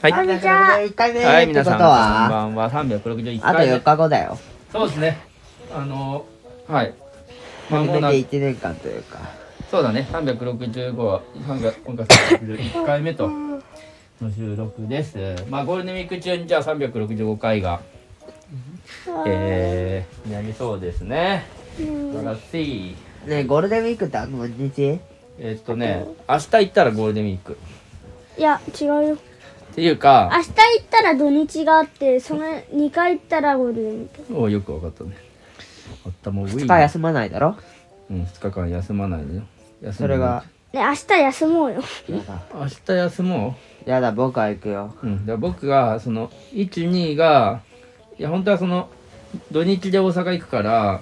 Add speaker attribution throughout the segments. Speaker 1: はい。
Speaker 2: あ
Speaker 1: は
Speaker 2: じゃあ一回目って
Speaker 1: い、
Speaker 2: こと
Speaker 1: 皆さん、こん
Speaker 2: は、
Speaker 1: ばんは。361
Speaker 2: あと
Speaker 1: 回目
Speaker 2: 4。日後だよ。
Speaker 1: そうですね。あの、はい。ま
Speaker 2: 初
Speaker 1: も
Speaker 2: め
Speaker 1: なく、
Speaker 2: て1年間というか。
Speaker 1: そうだね。365は、300今回361回目と、の収録です。まあ、ゴールデンウィーク中に、じゃあ365回が、えー、なりそうですね。素晴らしい。
Speaker 2: ねえゴールデンウィークってあの日
Speaker 1: えーっとね、明日行ったらゴールデンウィーク。
Speaker 3: いや違うよ
Speaker 1: っていうか、
Speaker 3: 明日行ったら土日があってその2回行ったらゴールデンウィーク
Speaker 1: およくわかったね。あったもうウィー
Speaker 2: 2日休まないだろ
Speaker 1: うん、2日間休まないでよ。休
Speaker 2: それ
Speaker 1: まない
Speaker 2: が、
Speaker 3: ね明日休もうよ
Speaker 2: やだ。
Speaker 1: 明日休もう。
Speaker 2: やだ、僕は行くよ。
Speaker 1: うん、だから僕がその12がいや本当はその土日で大阪行くから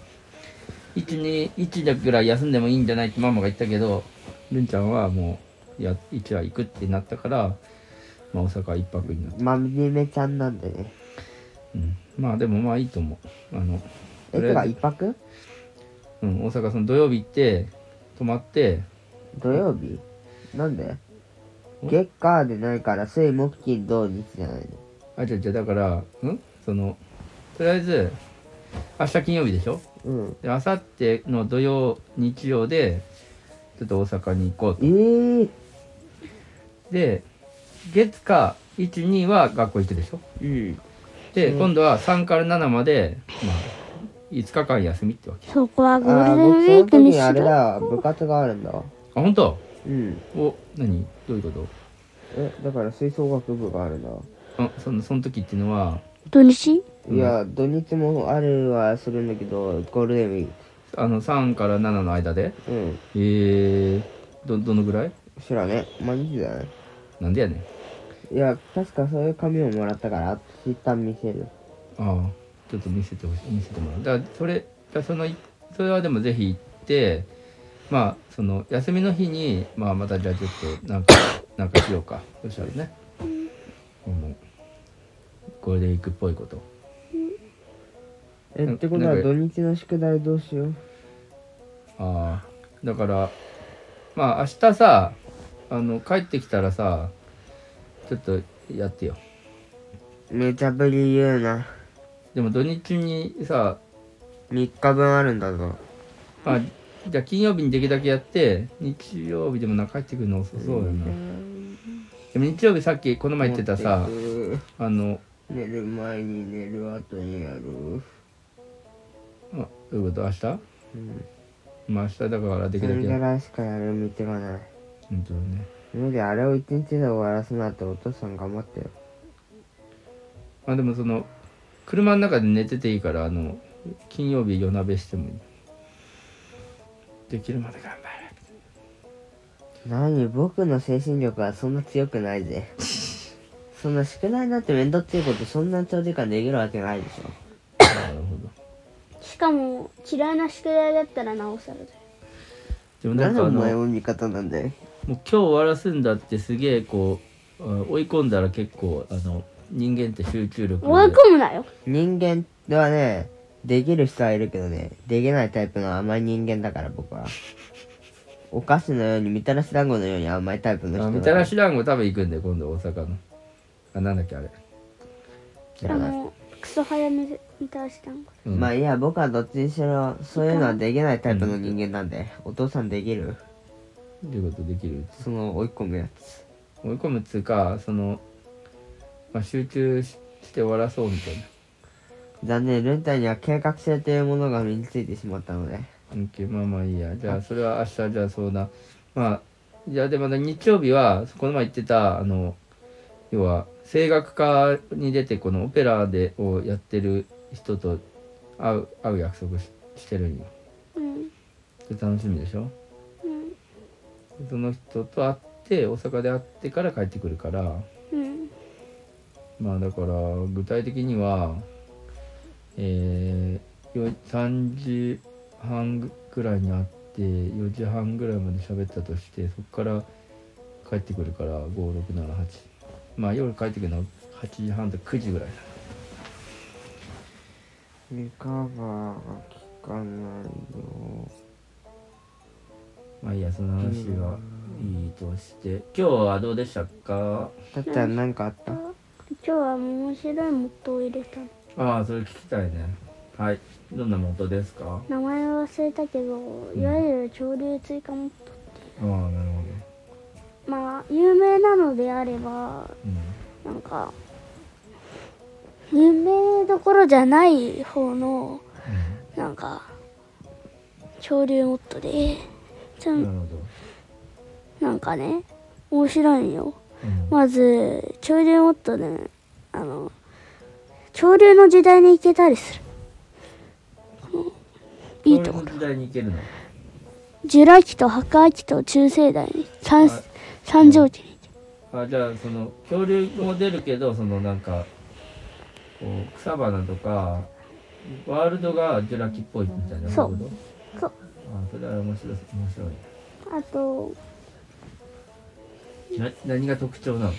Speaker 1: 121だぐらい休んでもいいんじゃないってママが言ったけどるんちゃんはもういや1は行くってなったから、まあ、大阪一泊になった、
Speaker 2: まみめちゃんなんでね。
Speaker 1: うん、まあでもまあいいと思うあの
Speaker 2: え、
Speaker 1: と
Speaker 2: て
Speaker 1: りあ
Speaker 2: か
Speaker 1: えず
Speaker 2: 1泊
Speaker 1: うん、大阪その土曜日行って泊まって
Speaker 2: 土曜日なんで月火でないから水木金土日じゃないの。
Speaker 1: あじゃじゃだからうんそのとりあえず明日金曜日でしょ
Speaker 2: うん。
Speaker 1: で明後日の土曜日曜でちょっと大阪に行こう
Speaker 2: え
Speaker 1: と
Speaker 2: ー、
Speaker 1: で月火12は学校行くでしょ
Speaker 2: うん。
Speaker 1: で、今度は3から7まで、まあ、5日間休みってわけ
Speaker 3: そこは
Speaker 2: あ
Speaker 3: ゴー
Speaker 2: ー、
Speaker 3: ル
Speaker 2: 僕
Speaker 3: デンウ
Speaker 2: そ
Speaker 3: ィー
Speaker 2: の
Speaker 3: クにし
Speaker 2: 時あれだ
Speaker 3: ろ
Speaker 2: わ。部活があるんだわ。
Speaker 1: あ本当
Speaker 2: うん。
Speaker 1: お何どういうこ
Speaker 2: え、だから吹奏楽部があるんだわ。
Speaker 1: とあそのその時っていうのは
Speaker 3: 土日
Speaker 2: いや、土日もあるはするんだけど、ゴールデンウィー
Speaker 1: あの3から7の間で
Speaker 2: ク。うん。
Speaker 1: えー、どどのぐらい
Speaker 2: 知らね。毎日だね。
Speaker 1: なんでやねん
Speaker 2: いや、確かそういう紙をもらったから、一旦見せる。
Speaker 1: ああちょっと見せてほしい見せてもらうだからそれだからそのいそれはでもぜひ行ってまあその休みの日にまあまたじゃあちょっとなんかなんかしようかどうしたらいいねうんこれで行くっぽいこと
Speaker 2: え、
Speaker 1: うん
Speaker 2: ってことは
Speaker 1: なんか
Speaker 2: 土日の宿題どうしよう。
Speaker 1: ああだからまあ明日さあの帰ってきたらさちょっとやってよ
Speaker 2: めちゃぶり言うな。
Speaker 1: でも土日にさ
Speaker 2: 3日分あるんだぞ。
Speaker 1: あじゃあ金曜日にできるだけやって日曜日でもな帰ってくるの遅そうやなでも日曜日さっきこの前言ってたさ
Speaker 2: 持って
Speaker 1: あの
Speaker 2: く寝る前に寝る後にやる。
Speaker 1: あどういうこと明日
Speaker 2: うん。
Speaker 1: まあ明日だからでき
Speaker 2: そ
Speaker 1: るだ
Speaker 2: れ
Speaker 1: け
Speaker 2: ぐ
Speaker 1: や
Speaker 2: らいしかやる道がない。
Speaker 1: 本当だね
Speaker 2: 無理、あれを一日で終わらすなってお父さん頑張ってよ。
Speaker 1: まあでもその車の中で寝てていいからあの金曜日夜鍋してもいいできるまで頑張る
Speaker 2: 何僕の精神力はそんな強くな いぜそんな宿題だって面倒っていうことそんな長時間できるわけないでしょ
Speaker 1: なるほど
Speaker 3: しかも嫌いな宿題だったらなおさらだよ
Speaker 1: でもな
Speaker 2: なんぜ
Speaker 1: かあ
Speaker 2: お
Speaker 1: の
Speaker 2: 前
Speaker 1: もう
Speaker 2: も味方なんだよ
Speaker 1: 今日終わらすんだってすげえこうあ追い込んだら結構あの人間って集中力
Speaker 3: 追い込むなよ
Speaker 2: 人間ではねできる人はいるけどねできないタイプの甘い人間だから僕はお菓子のようにみたらし団子のように甘いタイプの人
Speaker 1: あ
Speaker 2: だ
Speaker 1: みたらし団子食べ行くんだよ今度大阪のあなんだっけあれ、
Speaker 2: 知
Speaker 3: あ
Speaker 2: らない
Speaker 3: のクソ早めみたらしたんか
Speaker 1: うん
Speaker 2: まあいいや僕はどっちにしろそういうのはできないタイプの人間なんでお父さんできる
Speaker 1: どういうことできる
Speaker 2: その追い込むやつ
Speaker 1: 追い込むっつうかその、まあ、集中しして終わらそうみたいな
Speaker 2: 残念ルンタには計画性というものが身についてしまったので
Speaker 1: OK まあまあいいやじゃあそれは明日じゃあそうだまあじゃあでまた日曜日はこの前言ってたあの要は声楽家に出てこのオペラでをやってる人と会う会う約束ししてるんよ
Speaker 3: うん
Speaker 1: で楽しみでしょ
Speaker 3: うん
Speaker 1: その人と会って大阪で会ってから帰ってくるから
Speaker 3: うん
Speaker 1: まあだから具体的にはえー、よ3時半ぐらいに会って4時半ぐらいまで喋ったとしてそこから帰ってくるから5678まあ夜帰ってくるのは8時半と9時ぐらいだ
Speaker 2: リカバーが効かないよ
Speaker 1: まあいいやその話はいいとして今日はどうでしたか
Speaker 2: たっちゃんなんかあった
Speaker 3: 今日は面白いモットを入れたの
Speaker 1: ああそれ聞きたいねはいどんな元ですか
Speaker 3: 名前は忘れたけどいわゆる潮流追加モッ
Speaker 1: ああ
Speaker 3: ト
Speaker 1: なるほど
Speaker 3: まあ有名なのであれば
Speaker 1: うん
Speaker 3: なんか有名どころじゃない方のなんか潮流モットでちゃ
Speaker 1: うん
Speaker 3: ん
Speaker 1: なるほど
Speaker 3: なんかね面白いんよ
Speaker 1: うん
Speaker 3: まず潮流モットねあの潮流の時代に行けたりするこのいいとこ
Speaker 1: この時代に行けるの
Speaker 3: ジュラ紀と白亜紀と中生代に三
Speaker 1: はい
Speaker 3: 三畳紀に
Speaker 1: あじゃあその恐竜も出るけどそのなんかこう草花とかワールドがジュラ紀っぽいみたいな
Speaker 3: そう
Speaker 1: なるほど
Speaker 3: そう
Speaker 1: あそれは面白い面白
Speaker 3: あと
Speaker 1: いな何が特徴なの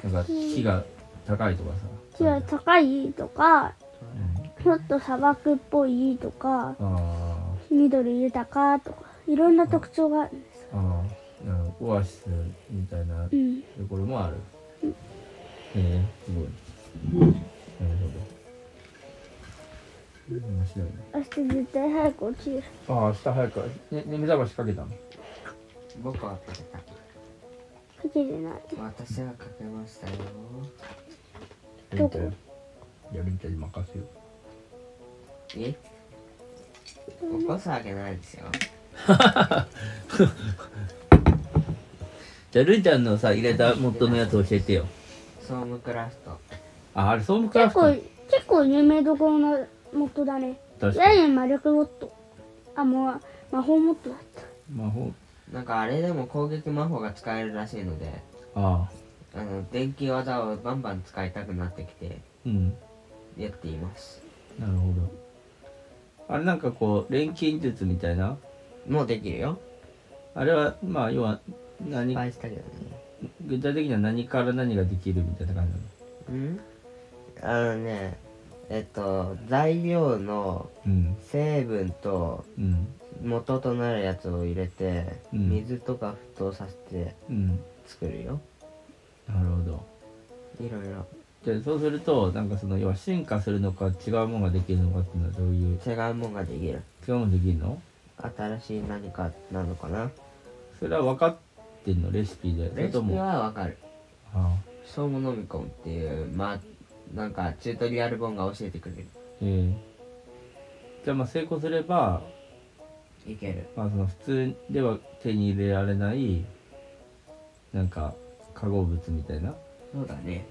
Speaker 1: それなんか木が高いとかさ
Speaker 3: 木が高いとか
Speaker 1: うん
Speaker 3: ちょっと砂漠っぽいとか
Speaker 1: あ
Speaker 3: 緑豊かとかいろんな特徴があるんです
Speaker 1: ーあーなんかオアシスみたいな
Speaker 3: うん
Speaker 1: ところもあるへえすごいなるほど面白いね
Speaker 3: 明日絶対早く落ちる
Speaker 1: ああ明日早くねね目覚ましかけたの
Speaker 2: 僕はかけた
Speaker 3: かけてない
Speaker 2: 私はかけましたよ
Speaker 3: どこ
Speaker 1: やるみたいに任せよ
Speaker 2: え起こすわけないですよ
Speaker 1: じゃあるいちゃんのさ入れた元のやつ教えてよ
Speaker 2: ソームクラフト
Speaker 1: ああれソームクラ
Speaker 3: 結
Speaker 1: フト
Speaker 3: 構結構有名どころのモッドだね
Speaker 1: 確
Speaker 3: いや
Speaker 1: か
Speaker 3: い
Speaker 1: に
Speaker 3: や魔力モッドあもう魔法モッドだった
Speaker 1: 魔法
Speaker 2: なんかあれでも攻撃魔法が使えるらしいので
Speaker 1: ああ
Speaker 2: あの電気技をバンバン使いたくなってきて
Speaker 1: うん
Speaker 2: やっています
Speaker 1: なるほどあれなんかこう錬金術みたいな
Speaker 2: もうできるよ
Speaker 1: あれはまあ要は何
Speaker 2: 失敗したけどね
Speaker 1: 具体的には何から何ができるみたいな感じなの
Speaker 2: うんあのねえっと材料の
Speaker 1: うん
Speaker 2: 成分と
Speaker 1: うん
Speaker 2: 元となるやつを入れて、
Speaker 1: うん
Speaker 2: 水とか沸騰させて
Speaker 1: うん
Speaker 2: 作るよ
Speaker 1: なるほど
Speaker 2: いろいろ
Speaker 1: でそうするとなんかその要は進化するのか違うものができるのかっていうのはどういう
Speaker 2: 違うもんができる
Speaker 1: 違うものできるの
Speaker 2: 新しい何かなのかな
Speaker 1: それは分かってんのレシピでそ
Speaker 2: レ
Speaker 1: れ
Speaker 2: シ
Speaker 1: と
Speaker 2: ピ
Speaker 1: も
Speaker 2: はわかる
Speaker 1: ああ
Speaker 2: そうも飲み込むっていうまあなんかチュートリアル本が教えてくれる
Speaker 1: えーじゃあまあ成功すれば、
Speaker 2: いける
Speaker 1: まあ、その普通では手に入れられないなんか化合物みたいな
Speaker 2: そうだね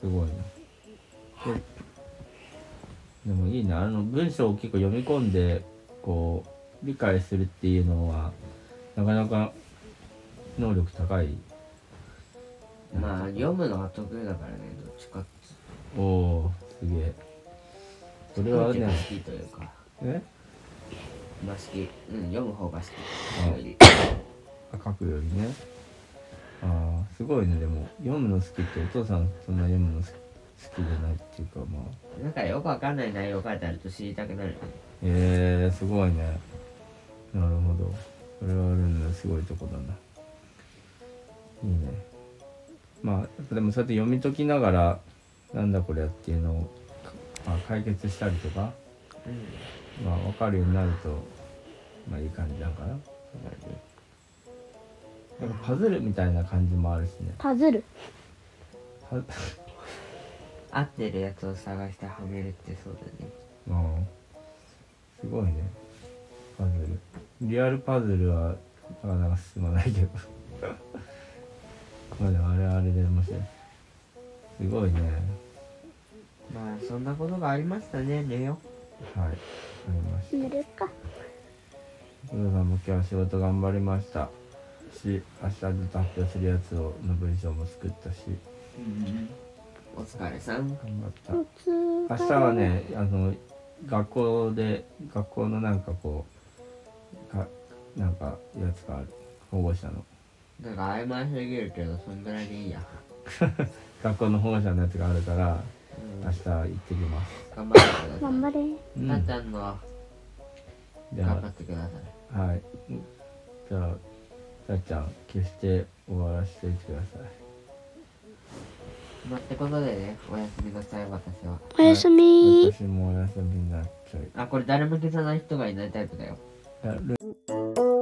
Speaker 1: すごいなででもいいなあの文章を結構読み込んでこう理解するっていうのはなかなか能力高い
Speaker 2: まあ読むのは得意だからねどっちかって
Speaker 1: おおすげえそれは
Speaker 2: 好
Speaker 1: ね
Speaker 2: きというか
Speaker 1: え
Speaker 2: まあ好きうん読む方が好き
Speaker 1: あ
Speaker 2: より
Speaker 1: あ書くよりねああすごいねでも読むの好きってお父さんそんな読むの好き好きじゃないっていうかまあ
Speaker 2: なんかよくわかんない内容書いてあると知りたくなるよね
Speaker 1: ええすごいねなるほどそれはあるんだすごいとこだないいねまあやっぱでもそうやって読み解きながらなんだこれっていうのを、まあ、解決したりとか、
Speaker 2: うん
Speaker 1: まあ、分かるようになるとまあいい感じだから
Speaker 2: そうだね
Speaker 1: なんかパズルみたいな感じもあるしね
Speaker 3: パズル
Speaker 1: パ
Speaker 2: 合ってるやつを探してはめるってそうだね
Speaker 1: うんすごいねパズルリアルパズルはなかなか進まないけど まあでもあれはあれで面白いすごいね
Speaker 2: まあそんなことがありましたねレオ
Speaker 1: はいわかりました
Speaker 3: 寝るか
Speaker 1: お父さんも今日は仕事頑張りましたし明日ずっと発表するやつをの文章も作ったし
Speaker 2: お疲れさ
Speaker 1: 頑
Speaker 2: ん
Speaker 1: 張った
Speaker 3: 普通
Speaker 1: 明日はねあの学校で学校のなんかこうかなんかやつがある保護者の
Speaker 2: なんか曖昧すぎるけどそんぐらいでいいや
Speaker 1: 学校の保護者のやつがあるから
Speaker 2: うん
Speaker 1: 明日行ってきます、
Speaker 2: 頑張ってください
Speaker 3: 頑張れ
Speaker 1: うん
Speaker 2: たっちゃんの
Speaker 1: で
Speaker 2: 頑張
Speaker 1: は
Speaker 2: ってください
Speaker 1: はいじゃあさっちゃん決して終わらせておいてください
Speaker 2: まあってことでねおやすみなさい私は
Speaker 3: おやすみ
Speaker 1: 私もお休みになっちゃう
Speaker 2: あこれ誰も消さない人がいないタイプだよ
Speaker 1: あル